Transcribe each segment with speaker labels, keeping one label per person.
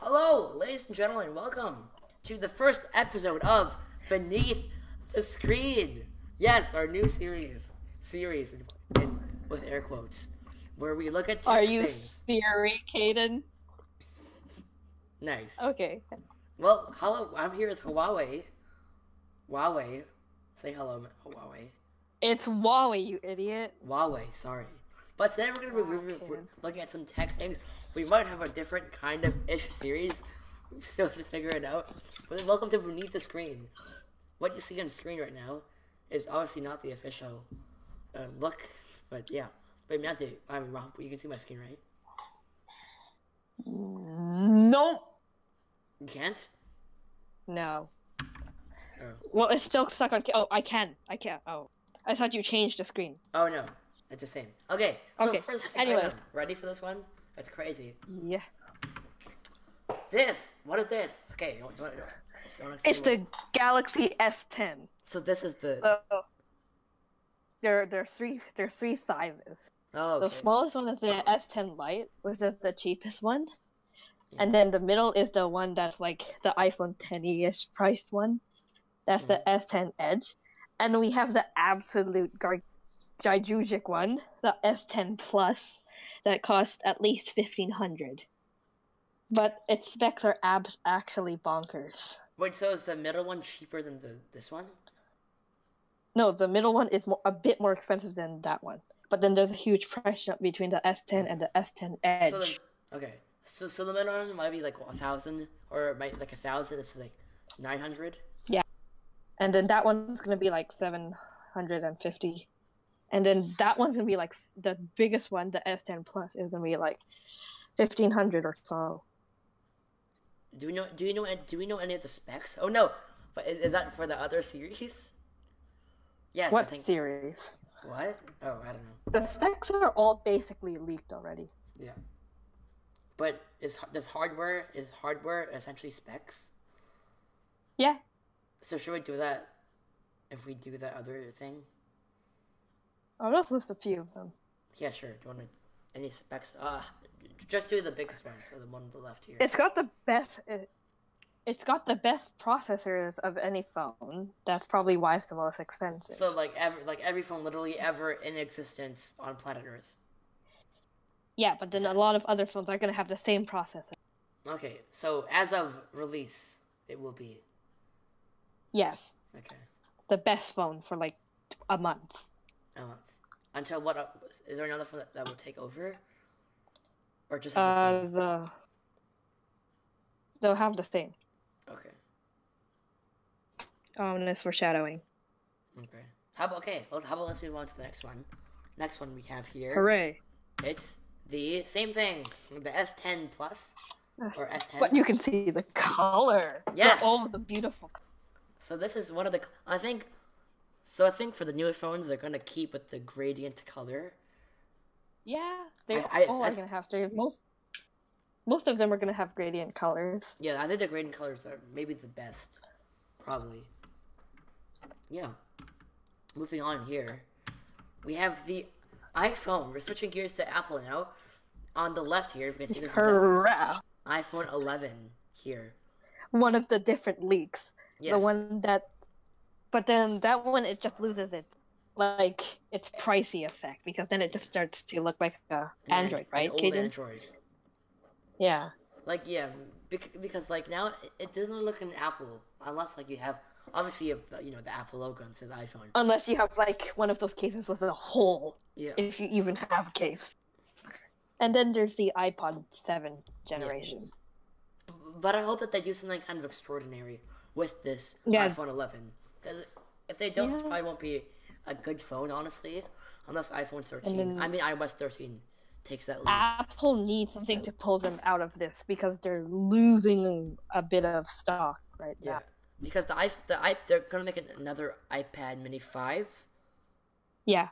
Speaker 1: Hello, ladies and gentlemen. Welcome to the first episode of Beneath the Screen. Yes, our new series, series in, in, with air quotes, where we look at tech
Speaker 2: Are you
Speaker 1: things.
Speaker 2: theory, Caden?
Speaker 1: Nice.
Speaker 2: Okay.
Speaker 1: Well, hello. I'm here with Huawei. Huawei, say hello, Huawei.
Speaker 2: It's Wally, you idiot.
Speaker 1: Huawei. Sorry. But today we're going to be reviewing-
Speaker 2: Okay.
Speaker 1: looking at some tech things. We might have a different kind of ish series. We still have to figure it out. But welcome to Beneath the Screen. What you see on screen right now is obviously not the official uh, look, but yeah. But Matthew, I'm Rob. You can see my screen, right?
Speaker 2: Nope.
Speaker 1: You can't.
Speaker 2: No.
Speaker 1: Oh,
Speaker 2: Well, it's still stuck on. ca- Oh, I can. I can. Oh. I thought you changed the screen.
Speaker 1: oh no, it's the same. Okay. So
Speaker 2: Okay,
Speaker 1: first,
Speaker 2: anyway.
Speaker 1: item. ready for this one? That's crazy.
Speaker 2: Yeah.
Speaker 1: This. What is this? Okay. You want, you want, you want to
Speaker 2: It's the Uh, Galaxy S10.
Speaker 1: So this is the.
Speaker 2: So Oh. there, there are three. There are three sizes.
Speaker 1: oh. Okay.
Speaker 2: The smallest one is the S10 Lite, which is the cheapest one, and then the middle is the one that's like the iPhone 10e-ish priced one. That's
Speaker 1: Mm.
Speaker 2: the S10 Edge, and we have the absolute gar- gigantic one, the S10 Plus, that costs at least fifteen hundred. But its specs are ab- actually bonkers.
Speaker 1: Wait, so is the middle one cheaper than the this one?
Speaker 2: No, the middle one is mo- a bit more expensive than that one. But then there's a huge price jump between the S10 and the S10 Edge.
Speaker 1: So the, okay, so so the middle one might be like a thousand, or it might like a thousand. This is like nine hundred.
Speaker 2: and then that one's going to be like 750. And then that one's going to be like f- the biggest one, the S10 Plus, is going to be like 1500 or so.
Speaker 1: Do we know? Do we know? an- Do we know any of the specs? Oh no, but is, is that for the other series? Yes, I
Speaker 2: what
Speaker 1: think.
Speaker 2: series?
Speaker 1: What? Oh, I don't know.
Speaker 2: The specs are all basically leaked already.
Speaker 1: Yeah. But is h- does hardware is hardware essentially specs?
Speaker 2: Yeah.
Speaker 1: So should we do that? If we do that other thing,
Speaker 2: I'll just list a few of them.
Speaker 1: yeah, sure. Do you want to, any specs? Uh, j- just do the biggest one, so the one on the left here.
Speaker 2: It's got the best. It, it's got the best processors of any phone. That's probably why it's the most expensive.
Speaker 1: So like every like every phone literally ever in existence on planet Earth.
Speaker 2: Yeah, but then a lot of other phones are going to have the same processor.
Speaker 1: Okay, so as of release, it will be
Speaker 2: Yes,
Speaker 1: okay
Speaker 2: the best phone for like a month.
Speaker 1: a month. Until what uh, is there another phone that, that will take over, or just have
Speaker 2: Uh,
Speaker 1: the same?
Speaker 2: the they'll have the same.
Speaker 1: Okay,
Speaker 2: Ominous Um, foreshadowing.
Speaker 1: okay. How about okay? Well, how about let's move on to the next one. Next one we have here.
Speaker 2: Hooray!
Speaker 1: It's the same thing, the S10 Plus or S10.
Speaker 2: But you can see the color.
Speaker 1: Yes.
Speaker 2: They're all the beautiful.
Speaker 1: So this is one of the. I think. So I think for the newer phones, they're gonna keep with the gradient color.
Speaker 2: Yeah, they
Speaker 1: I- I-
Speaker 2: all
Speaker 1: I-
Speaker 2: are gonna have straight. Most most of them are gonna have gradient colors.
Speaker 1: Yeah, I think the gradient colors are maybe the best, probably. Yeah. Moving on here, we have the iPhone. We're switching gears to Apple now. On the left here, we can see this is the
Speaker 2: Hurrah!
Speaker 1: iPhone 11 here.
Speaker 2: One of the different leaks.
Speaker 1: Yes.
Speaker 2: the one that but then that one it just loses its like its pricey effect because then it just starts to look like a
Speaker 1: an an-
Speaker 2: android
Speaker 1: an
Speaker 2: right
Speaker 1: Old
Speaker 2: Kaden?
Speaker 1: Android.
Speaker 2: yeah
Speaker 1: Like yeah, bec- because like now it- it doesn't look an Apple unless like you have obviously if the, you know the Apple logo and says iPhone.
Speaker 2: unless you have like one of those cases with a hole
Speaker 1: Yeah.
Speaker 2: if you even have a case and then there's the ipod 7 generation
Speaker 1: But I hope that they do something kind of extraordinary with this
Speaker 2: Yeah.
Speaker 1: iPhone 11. Because if they don't, this probably won't be a good phone, honestly. Unless iPhone 13,
Speaker 2: then- Ah,
Speaker 1: I mean iOS 13, takes that lead.
Speaker 2: apple needs something to pull them out of this because they're losing a bit of stock right
Speaker 1: yeah.
Speaker 2: now
Speaker 1: Because the i the i they're gonna make an- another iPad Mini 5.
Speaker 2: yeah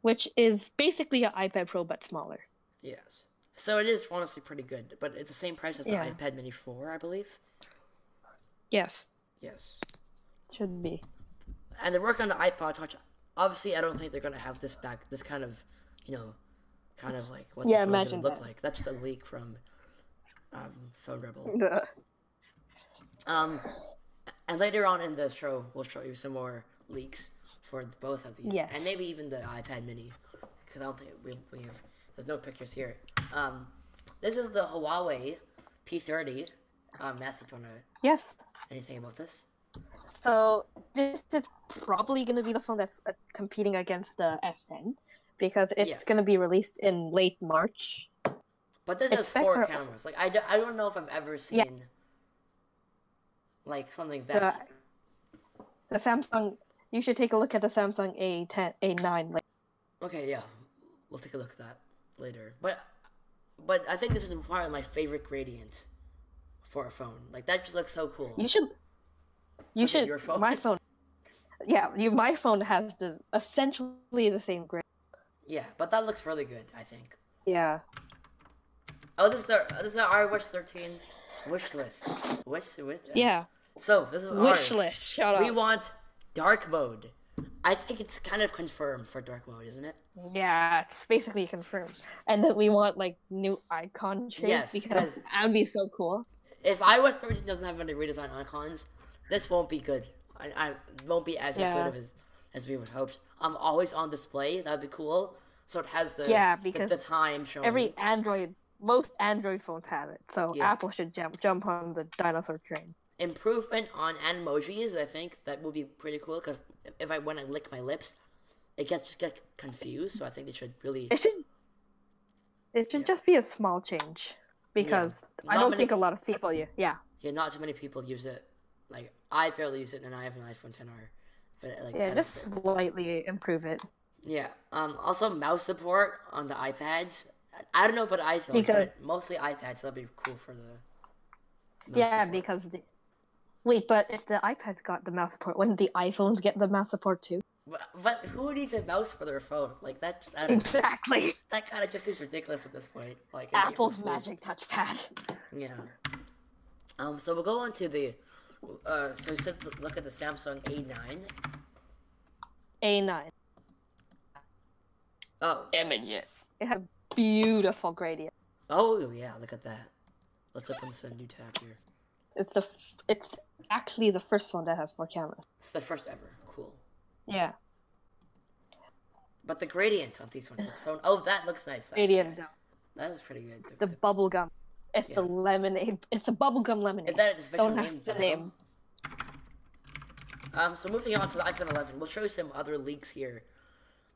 Speaker 2: which is basically an ipad pro but smaller
Speaker 1: Yes. So it is honestly pretty good, but it's the same price as the
Speaker 2: Yeah.
Speaker 1: iPad Mini 4, I believe.
Speaker 2: yes
Speaker 1: Yes.
Speaker 2: should be
Speaker 1: and they're working on the iPod Touch. Obviously, I don't think they're gonna have this back. This kind of, you know, kind of like what
Speaker 2: Yeah,
Speaker 1: the phone
Speaker 2: imagine
Speaker 1: gonna look
Speaker 2: that.
Speaker 1: like. That's just a leak from um, phone rebel.
Speaker 2: Ugh.
Speaker 1: Um, and later on in the show, we'll show you some more leaks for both of these,
Speaker 2: Yes.
Speaker 1: and maybe even the iPad Mini, because I don't think we, we have. There's no pictures here. Um, this is the Huawei P30. Um, Matthew, do you want to
Speaker 2: Yes.
Speaker 1: anything about this?
Speaker 2: So this is probably going to be the phone that's uh, competing against the S10 because it's
Speaker 1: Yeah.
Speaker 2: going to be released in late March.
Speaker 1: But this
Speaker 2: It
Speaker 1: has
Speaker 2: specs
Speaker 1: four
Speaker 2: are-
Speaker 1: cameras. Like I, do, I don't know if I've ever seen
Speaker 2: Yeah.
Speaker 1: like something
Speaker 2: The,
Speaker 1: that
Speaker 2: the Samsung. You should take a look at the Samsung A10, A9. Like,
Speaker 1: Okay, yeah, we'll take a look at that later. But but I think this is probably my favorite gradient for a phone. Like that just looks so cool.
Speaker 2: you should. You
Speaker 1: Look at
Speaker 2: should.
Speaker 1: your phone.
Speaker 2: My phone. Yeah, you. My phone has this essentially the same grip.
Speaker 1: Yeah, but that looks really good. I think.
Speaker 2: Yeah.
Speaker 1: Oh, this is our this is our Watch thirteen wish list. Wish, wish uh,
Speaker 2: Yeah.
Speaker 1: So this is
Speaker 2: Wish
Speaker 1: ours.
Speaker 2: list. Shut up.
Speaker 1: We want dark mode. I think it's kind of confirmed for dark mode, isn't it?
Speaker 2: Yeah, it's basically confirmed. And that we want like new icon shapes
Speaker 1: Yes,
Speaker 2: because
Speaker 1: 'cause-
Speaker 2: that would be so cool.
Speaker 1: If iOS 13 doesn't have any redesign icons, this won't be good. I, I won't be as
Speaker 2: Yeah.
Speaker 1: good of as as we would hoped. I'm always on display. That'd be cool. So it has the
Speaker 2: Yeah,
Speaker 1: the-
Speaker 2: because
Speaker 1: the, time showing.
Speaker 2: Every Android, most Android phones have it, so
Speaker 1: Mm-hmm. Yeah.
Speaker 2: Apple should jump jump on the dinosaur train.
Speaker 1: improvement on emojis. I think that would be pretty cool because if I when I lick my lips, it gets just get confused. So I think they should really
Speaker 2: It should it should just be a small change because I
Speaker 1: Not
Speaker 2: don't
Speaker 1: many-
Speaker 2: think a lot of people. You, yeah,
Speaker 1: yeah. Not too many people use it. Like I barely use it, and I have an iPhone 10R. But like I
Speaker 2: yeah,
Speaker 1: don't
Speaker 2: just
Speaker 1: care.
Speaker 2: slightly improve it
Speaker 1: Yeah. Um. Also, mouse support on the iPads. I- I don't know about iPhones,
Speaker 2: Because-
Speaker 1: but mostly iPads. That'd be cool for the. mouse
Speaker 2: Yeah,
Speaker 1: support.
Speaker 2: because the, wait, but if the iPads got the mouse support, wouldn't the iPhones get the mouse support too?
Speaker 1: But, but who needs a mouse for their phone? Like that. That,
Speaker 2: Exactly,
Speaker 1: that kind of just seems ridiculous at this point. Like it- it
Speaker 2: Apple's
Speaker 1: was-
Speaker 2: Magic Touchpad.
Speaker 1: Yeah. Um. So we'll go on to the. Uh. So we said look at the Samsung A9.
Speaker 2: A9
Speaker 1: Oh.
Speaker 2: images. It has a beautiful gradient.
Speaker 1: Oh yeah. Look at that. Let's open this a new tab here.
Speaker 2: It's the f- it's actually the first one that has four cameras.
Speaker 1: It's the first ever. Cool.
Speaker 2: Yeah,
Speaker 1: But the gradient on these ones looks so. Oh, that looks nice. That,
Speaker 2: gradient.
Speaker 1: That is pretty good.
Speaker 2: The bubble gum. It's the lemonade. It's the bubblegum lemonade.
Speaker 1: If that is official
Speaker 2: Don't ask the name.
Speaker 1: Um, so moving on to the iPhone 11, we'll show you some other leaks here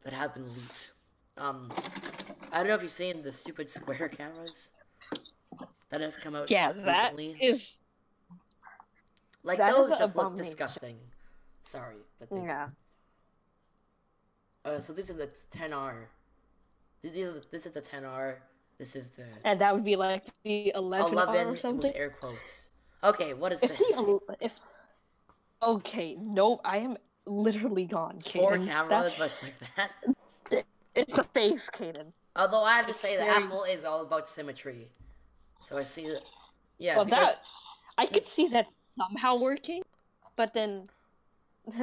Speaker 1: that have been leaked. Um, I don't know if you've seen the stupid square cameras that have come out
Speaker 2: Yeah, that
Speaker 1: recently.
Speaker 2: is.
Speaker 1: like
Speaker 2: that is
Speaker 1: those
Speaker 2: an
Speaker 1: just look
Speaker 2: abomination.
Speaker 1: disgusting. Sorry, but they,
Speaker 2: Yeah.
Speaker 1: uh, so these are the 10R. Th- These are the, this is the 10R. This is the
Speaker 2: And that would be like the 11,
Speaker 1: 11
Speaker 2: or something.
Speaker 1: with air quotes. Okay, what is
Speaker 2: If
Speaker 1: this?
Speaker 2: the el- if okay, no, I am literally gone.
Speaker 1: Four
Speaker 2: Kaden.
Speaker 1: cameras,
Speaker 2: That-
Speaker 1: but it's like that.
Speaker 2: it's a face, Kaden.
Speaker 1: Although I have to say that
Speaker 2: very-
Speaker 1: Apple is all about symmetry. So I see that. Yeah,
Speaker 2: Well,
Speaker 1: because
Speaker 2: that I could see that somehow working, but then.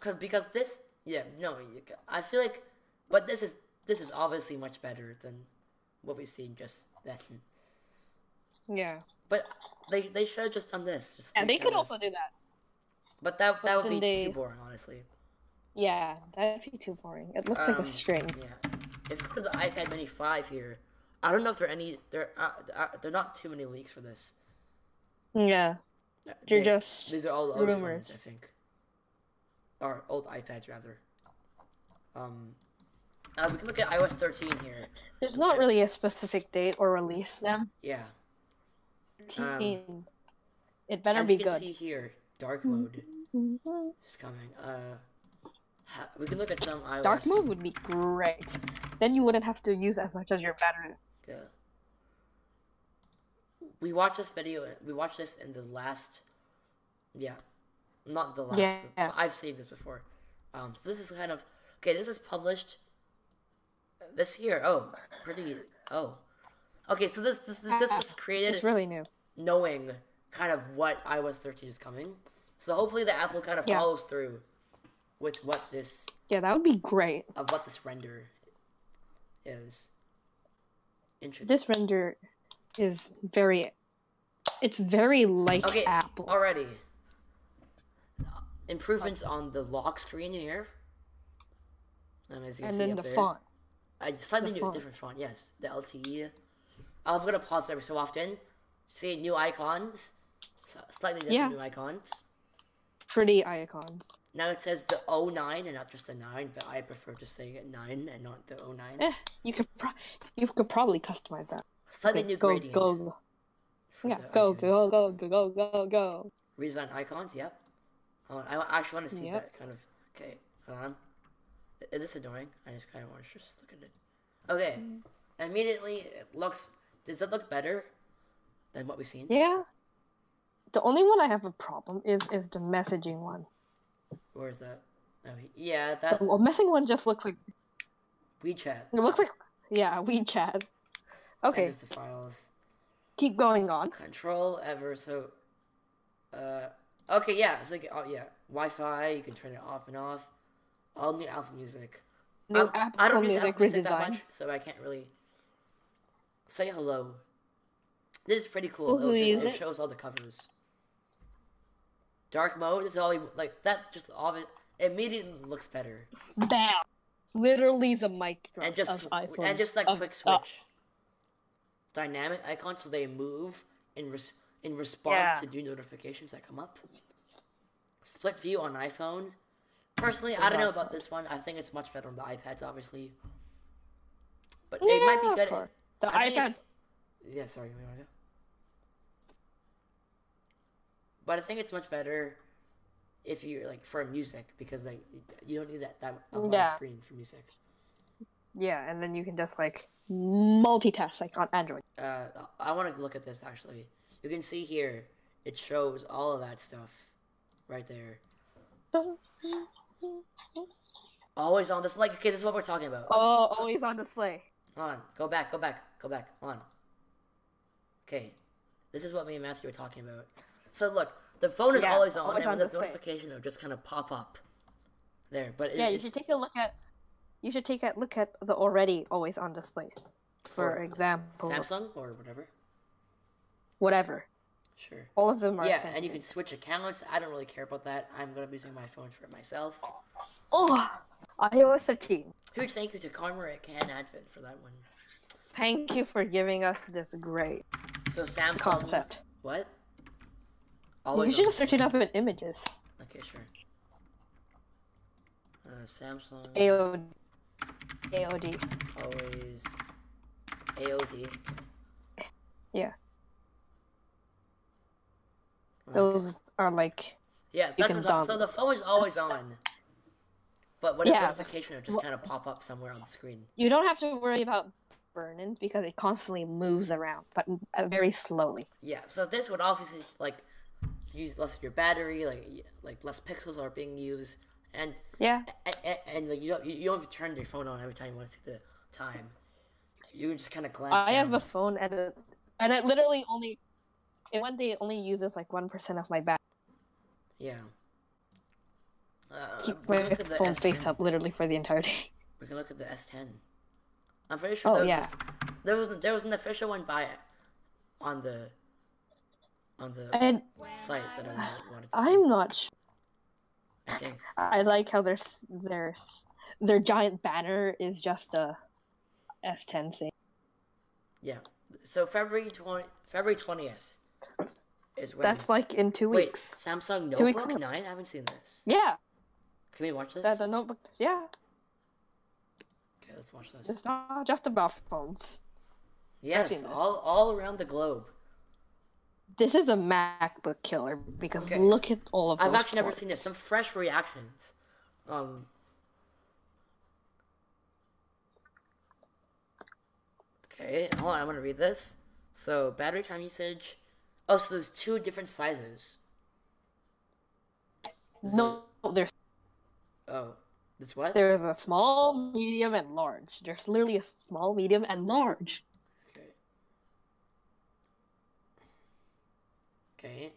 Speaker 1: cause, because this yeah no you, ca- I feel like but this is this is obviously much better than what we've seen just then.
Speaker 2: yeah,
Speaker 1: But they they should have just done this. Just
Speaker 2: and
Speaker 1: three
Speaker 2: they could also
Speaker 1: cameras.
Speaker 2: do that.
Speaker 1: But that that would
Speaker 2: then
Speaker 1: be
Speaker 2: they-
Speaker 1: too boring, honestly.
Speaker 2: Yeah, that'd be too boring. It looks like
Speaker 1: Um,
Speaker 2: a string.
Speaker 1: Yeah. If you go to the iPad Mini five here, I don't know if there are any there are, uh, there are not too many leaks for this.
Speaker 2: Yeah,
Speaker 1: Uh,
Speaker 2: They're
Speaker 1: they-
Speaker 2: just
Speaker 1: these are all old phones,
Speaker 2: rumors.
Speaker 1: I think, or old iPads rather. Um, uh, we can look at iOS 13 here.
Speaker 2: there's not really a specific date or release them.
Speaker 1: Yeah,
Speaker 2: Teen. it better
Speaker 1: Um, as
Speaker 2: be
Speaker 1: you can
Speaker 2: good.
Speaker 1: see here, dark mode
Speaker 2: Mm-hmm.
Speaker 1: is coming. Uh, ha- we can look at some iOS.
Speaker 2: Dark mode would be great. Then you wouldn't have to use as much as your battery.
Speaker 1: Yeah. uh, We watched this video. We watched this in the last. Yeah, not the last.
Speaker 2: Yeah.
Speaker 1: but I've seen this before. Um, so this is kind of okay. This is published this year. Oh, pretty. Oh, okay. So this this this, this was created
Speaker 2: It's really new.
Speaker 1: knowing kind of what iOS 13 is coming. So hopefully the Apple kind of
Speaker 2: Yeah.
Speaker 1: follows through with what this
Speaker 2: Yeah, that would be great.
Speaker 1: of what this render is. Interesting.
Speaker 2: This render is very it's very like
Speaker 1: Okay,
Speaker 2: Apple.
Speaker 1: already. Improvements on the lock screen here. Um, as you can
Speaker 2: and
Speaker 1: see
Speaker 2: then
Speaker 1: up
Speaker 2: the
Speaker 1: there.
Speaker 2: font.
Speaker 1: I slightly
Speaker 2: The
Speaker 1: new,
Speaker 2: font.
Speaker 1: different font. Yes, the E. LTE. I'm gonna pause every so often. See new icons, S- slightly different
Speaker 2: Yeah.
Speaker 1: new icons.
Speaker 2: Pretty icons.
Speaker 1: Now it says the 09 and not just the nine, but I prefer just saying it nine and not the 09.
Speaker 2: Eh, you could pro- you could probably customize that.
Speaker 1: Slightly
Speaker 2: Okay,
Speaker 1: new
Speaker 2: go,
Speaker 1: gradient.
Speaker 2: go, go.
Speaker 1: for
Speaker 2: Yeah,
Speaker 1: the
Speaker 2: go,
Speaker 1: iTunes.
Speaker 2: go, go, go, go, go, go.
Speaker 1: Redesign icons. Yep. Hold on, I wa- I actually want to see
Speaker 2: Yep.
Speaker 1: that kind of. Okay, hold on. I- Is this annoying? I just kind of want to just look at it. Okay,
Speaker 2: Mm.
Speaker 1: immediately it looks. Does it look better than what we've seen?
Speaker 2: Yeah. The only one I have a problem is is the messaging one.
Speaker 1: Or is that? Oh, yeah,
Speaker 2: The
Speaker 1: that
Speaker 2: well, messaging one just looks like
Speaker 1: WeChat.
Speaker 2: it looks like yeah WeChat. Okay,
Speaker 1: There's the files.
Speaker 2: keep going on.
Speaker 1: Control ever so. Uh, okay, yeah. It's like oh yeah, Wi-Fi. You can turn it off and off. All new Apple Music.
Speaker 2: New
Speaker 1: I'm-
Speaker 2: Apple
Speaker 1: I don't use
Speaker 2: Music
Speaker 1: Apple Music that
Speaker 2: redesign.
Speaker 1: much, so I can't really say hello. This is pretty cool.
Speaker 2: Well, who
Speaker 1: It'll just-
Speaker 2: use
Speaker 1: it,
Speaker 2: it?
Speaker 1: shows all the covers. Dark mode is all like that. Just all of it immediately looks better,
Speaker 2: Bam. Literally the mic drop
Speaker 1: and just
Speaker 2: of iPhone.
Speaker 1: and just like
Speaker 2: of-
Speaker 1: quick
Speaker 2: uh,
Speaker 1: switch. Dynamic icons so they move in res- in response
Speaker 2: Yeah.
Speaker 1: to new notifications that come up. Split view on iPhone. Personally, I don't know about this one. I think it's much better on the iPads, obviously. But it might
Speaker 2: yeah,
Speaker 1: be good.
Speaker 2: for- The
Speaker 1: I think
Speaker 2: iPad.
Speaker 1: it's- Yeah, sorry, we wanna go. But I think it's much better if you're like for music because like you don't need that that a lot
Speaker 2: Yeah.
Speaker 1: of screen for music.
Speaker 2: Yeah, and then you can just like multitask like on Android.
Speaker 1: Uh, I want to look at this actually. You can see here it shows all of that stuff right there.
Speaker 2: Oh,
Speaker 1: Always on this. Like okay, this is what we're talking about.
Speaker 2: always on display.
Speaker 1: Hold on, go back, go back, go back. Hold on. Okay, this is what me and Matthew were talking about. So look, the phone is
Speaker 2: Yeah,
Speaker 1: always on,
Speaker 2: always
Speaker 1: and
Speaker 2: on
Speaker 1: the
Speaker 2: display.
Speaker 1: notification will just kind of pop up there. But it,
Speaker 2: Yeah, you
Speaker 1: it's
Speaker 2: should take a look at. You should take a look at the already always on displays.
Speaker 1: For
Speaker 2: For example,
Speaker 1: Samsung or whatever.
Speaker 2: whatever.
Speaker 1: Sure.
Speaker 2: All of them are.
Speaker 1: Yeah,
Speaker 2: Samsung.
Speaker 1: and you can switch accounts. I don't really care about that. I'm gonna be using my phone for myself.
Speaker 2: Oh, iOS 13.
Speaker 1: Huge thank you to Carmerick and Advent for that one.
Speaker 2: Thank you for giving us this great
Speaker 1: So Samsung.
Speaker 2: concept.
Speaker 1: What?
Speaker 2: You
Speaker 1: Always.
Speaker 2: should
Speaker 1: on-
Speaker 2: just search it up in images.
Speaker 1: Okay, sure. Uh, Samsung.
Speaker 2: AOD. AOD.
Speaker 1: always AOD.
Speaker 2: Yeah,
Speaker 1: Okay.
Speaker 2: those are like.
Speaker 1: yeah, that's what
Speaker 2: can
Speaker 1: I'm talking. So
Speaker 2: download.
Speaker 1: the phone is always on, but when
Speaker 2: Yeah,
Speaker 1: it's notification, it'll just kind of pop up somewhere on the screen.
Speaker 2: You don't have to worry about burn-in because it constantly moves around, but uh, very slowly.
Speaker 1: Yeah, so this would obviously like use less of your battery, like y- like less pixels are being used, and
Speaker 2: Yeah.
Speaker 1: and, and like, you don't you you don't have to turn your phone on every time you want to see the time. You can just kind of glance.
Speaker 2: I have
Speaker 1: down.
Speaker 2: a phone and it, and it literally only in one day it only uses like one percent of my battery.
Speaker 1: yeah. Uh,
Speaker 2: Keep
Speaker 1: we
Speaker 2: my
Speaker 1: can look at the
Speaker 2: phone's
Speaker 1: S10.
Speaker 2: face up literally for the entire day.
Speaker 1: We can look at the S10. I'm pretty sure.
Speaker 2: Oh,
Speaker 1: there was
Speaker 2: yeah.
Speaker 1: a- there was there was an official one by, on the, on the
Speaker 2: And
Speaker 1: site that I wa- wanted to see.
Speaker 2: I'm not sure.
Speaker 1: I think.
Speaker 2: I like how their s- their s- their giant banner is just a S10 thing.
Speaker 1: Yeah. So February twenty February twentieth is when.
Speaker 2: That's like in two
Speaker 1: wait
Speaker 2: weeks.
Speaker 1: Samsung
Speaker 2: Two weeks
Speaker 1: Notebook
Speaker 2: ago.
Speaker 1: Nine. I haven't seen this.
Speaker 2: Yeah,
Speaker 1: Can we watch this?
Speaker 2: that's a notebook. Yeah,
Speaker 1: Okay, let's watch this.
Speaker 2: it's not just about phones.
Speaker 1: yes,
Speaker 2: seen this.
Speaker 1: all all around the globe.
Speaker 2: This is a MacBook killer because
Speaker 1: Okay.
Speaker 2: look at all of.
Speaker 1: I've
Speaker 2: those
Speaker 1: actually never seen this.
Speaker 2: ports.
Speaker 1: Some fresh reactions. Um. Okay, hold on. I'm gonna read this. So battery time usage. Oh, so there's two different sizes.
Speaker 2: No, there's
Speaker 1: Oh, this what?
Speaker 2: there's a small, medium, and large. There's literally a small, medium, and large.
Speaker 1: Okay. Okay.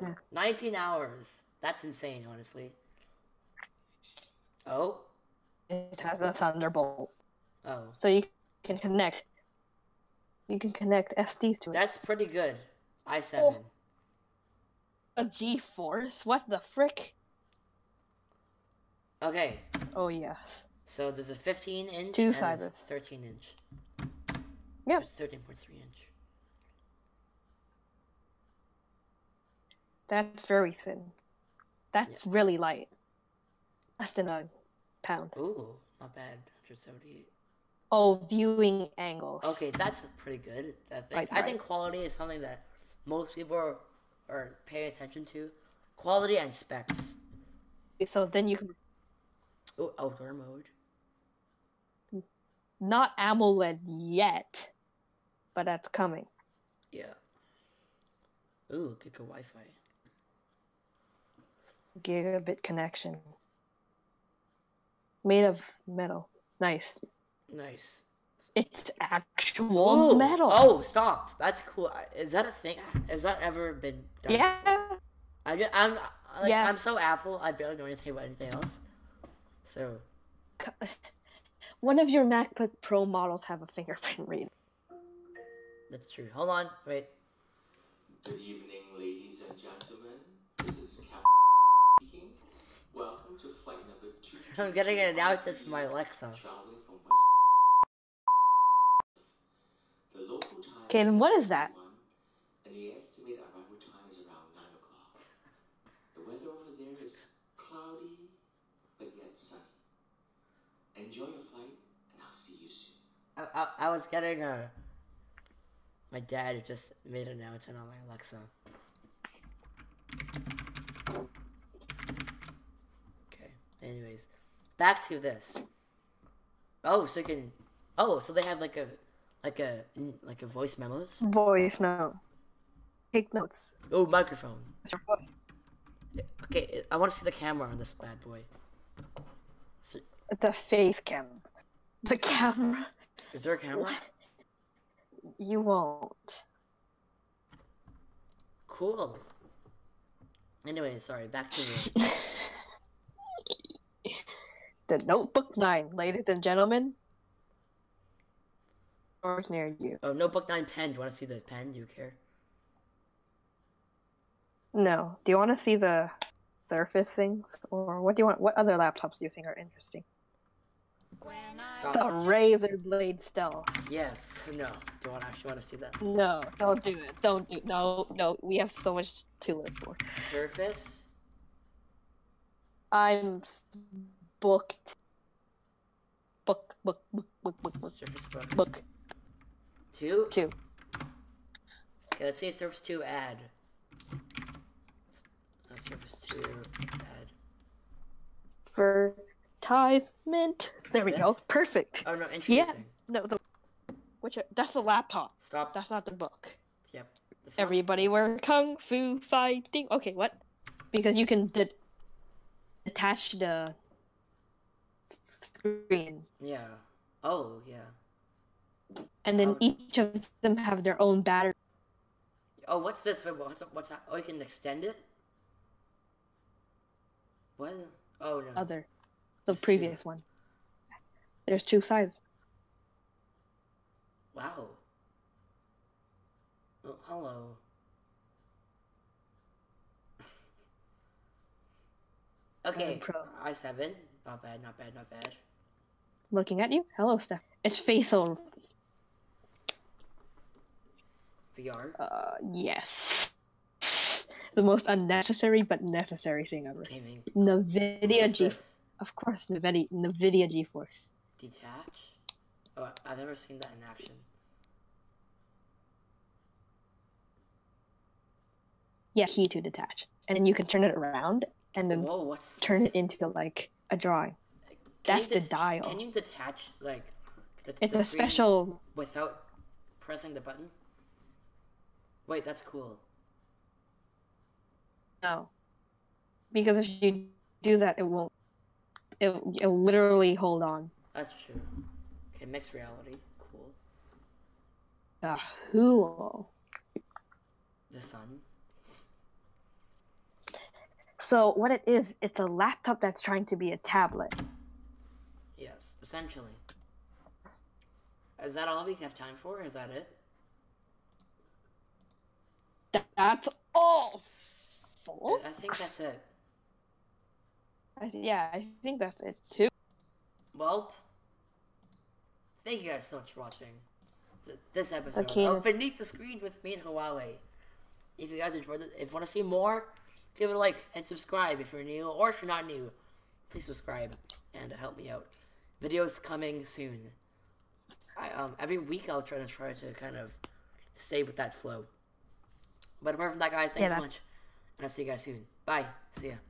Speaker 2: Yeah.
Speaker 1: 19 hours. That's insane, honestly. Oh.
Speaker 2: It has a Thunderbolt,
Speaker 1: Oh.
Speaker 2: so you can connect You can connect SDs to it.
Speaker 1: That's pretty good. i7.
Speaker 2: a G force? What the frick?
Speaker 1: Okay,
Speaker 2: Oh yes.
Speaker 1: so there's a 15 inch
Speaker 2: Two
Speaker 1: and a
Speaker 2: sizes.
Speaker 1: 13 inch.
Speaker 2: Yeah.
Speaker 1: There's 13.3 inch.
Speaker 2: That's very thin. That's really light. Less than a pound.
Speaker 1: Ooh, not bad. 178.
Speaker 2: Oh, viewing angles.
Speaker 1: Okay, that's pretty good. I think,
Speaker 2: Right,
Speaker 1: I
Speaker 2: right.
Speaker 1: think quality is something that most people are, are paying attention to. Quality and specs.
Speaker 2: So then you can
Speaker 1: Ooh, outdoor mode.
Speaker 2: not AMOLED yet, but that's coming.
Speaker 1: Yeah. Ooh, good go Wi Fi.
Speaker 2: Gigabit connection. Made of metal. Nice.
Speaker 1: Nice.
Speaker 2: It's actual
Speaker 1: Ooh,
Speaker 2: metal.
Speaker 1: Oh, stop. That's cool. I- Is that a thing? Has that ever been done?
Speaker 2: yeah.
Speaker 1: I just, I'm, like, I'm
Speaker 2: Yes.
Speaker 1: so Apple, I barely know anything about anything else. So,
Speaker 2: One of your MacBook Pro models have a fingerprint reader.
Speaker 1: that's true. Hold on. Wait.
Speaker 3: Good evening, ladies and gentlemen. This is Captain speaking. Welcome to flight number two.
Speaker 1: I'm getting an announcement from my Alexa.
Speaker 3: Traveling from West. The local time.
Speaker 2: Kaden, what is that?
Speaker 3: And the estimated arrival time is around nine o'clock. The weather over there is cloudy, but yet sunny. Enjoy your flight, and I'll see you soon.
Speaker 1: I, I, I was getting a. My dad just made an announcement on my Alexa. Okay. Anyways, back to this. Oh, so you can. Oh, so they have like a, like a, like a voice memos.
Speaker 2: Voice note. Take notes.
Speaker 1: Oh, microphone.
Speaker 2: It's your voice.
Speaker 1: Okay, I want to see the camera on this bad boy. So,
Speaker 2: The face cam. The camera.
Speaker 1: is there a camera?
Speaker 2: You won't.
Speaker 1: Cool. Anyway, sorry. Back to the.
Speaker 2: The Notebook 9, ladies and gentlemen. Doors near you.
Speaker 1: Oh, Notebook 9 pen. Do you want to see the pen? Do you care?
Speaker 2: No. Do you want to see the Surface things? Or what do you want? What other laptops do you think are interesting?
Speaker 1: Stop.
Speaker 2: The Razor Blade Stealth.
Speaker 1: Yes. No. Do you want actually want to see that?
Speaker 2: No, don't do it. Don't do No, no. We have so much to live for.
Speaker 1: Surface.
Speaker 2: I'm s- booked. Book, book, book, book, book, book,
Speaker 1: Surface Book.
Speaker 2: book.
Speaker 1: Two.
Speaker 2: Two.
Speaker 1: Okay, let's see Surface 2 ad. Uh, Surface 2 ad.
Speaker 2: Advertisement. There we go.
Speaker 1: Yes.
Speaker 2: Perfect.
Speaker 1: Oh, no. Introducing.
Speaker 2: Yeah. No, the which are- that's a laptop.
Speaker 1: Stop.
Speaker 2: That's not the book.
Speaker 1: Yep. This one?
Speaker 2: Everybody were kung fu fighting. Okay, what? Because you can de- detach the screen,
Speaker 1: Yeah. Oh, yeah.
Speaker 2: and then
Speaker 1: How-
Speaker 2: each of them have their own battery.
Speaker 1: Oh, what's this? Wait, what's, what's that? Oh, you can extend it? What? Oh, no.
Speaker 2: Other, the
Speaker 1: Just two.
Speaker 2: previous one. There's two sides.
Speaker 1: Wow. Oh, hello. okay,
Speaker 2: pro.
Speaker 1: i7. Not bad, not bad, not bad.
Speaker 2: looking at you. Hello, Steph. It's facial.
Speaker 1: VR.
Speaker 2: Uh, yes. The most unnecessary but necessary thing ever.
Speaker 1: Gaming.
Speaker 2: NVIDIA
Speaker 1: What's
Speaker 2: G.
Speaker 1: this?
Speaker 2: Of course, NVIDIA, NVIDIA GeForce.
Speaker 1: Detach? Oh, I- I've never seen that in action.
Speaker 2: Yeah, key to detach. And then you can turn it around and then
Speaker 1: Whoa, what's.
Speaker 2: turn it into like a drawing.
Speaker 1: can you
Speaker 2: that's the
Speaker 1: det-
Speaker 2: dial.
Speaker 1: Can you detach, like, the,
Speaker 2: It's
Speaker 1: the
Speaker 2: a
Speaker 1: screen
Speaker 2: special.
Speaker 1: without pressing the button? Wait, that's cool.
Speaker 2: No. Because if you do that, it won't. It, it'll literally hold on.
Speaker 1: That's true. Okay, mixed reality. Cool.
Speaker 2: Uh, Hulu.
Speaker 1: The sun.
Speaker 2: So, what it is, it's a laptop that's trying to be a tablet.
Speaker 1: Yes, essentially. Is that all we have time for? Is that it?
Speaker 2: Th- that's all, folks.
Speaker 1: I think that's it.
Speaker 2: I th- yeah, I think that's it too.
Speaker 1: Well, thank you guys so much for watching th- this episode
Speaker 2: Okay.
Speaker 1: of Beneath the Screen with me and Huawei. If you guys enjoyed it, if you want to see more, give it a like and subscribe if you're new, or if you're not new, please subscribe and help me out. Videos coming soon. I, um, every week I'll try to try to kind of stay with that flow. But apart from that, guys, thanks
Speaker 2: Yeah,
Speaker 1: so
Speaker 2: that-
Speaker 1: much, and I'll see you guys soon. Bye. See ya.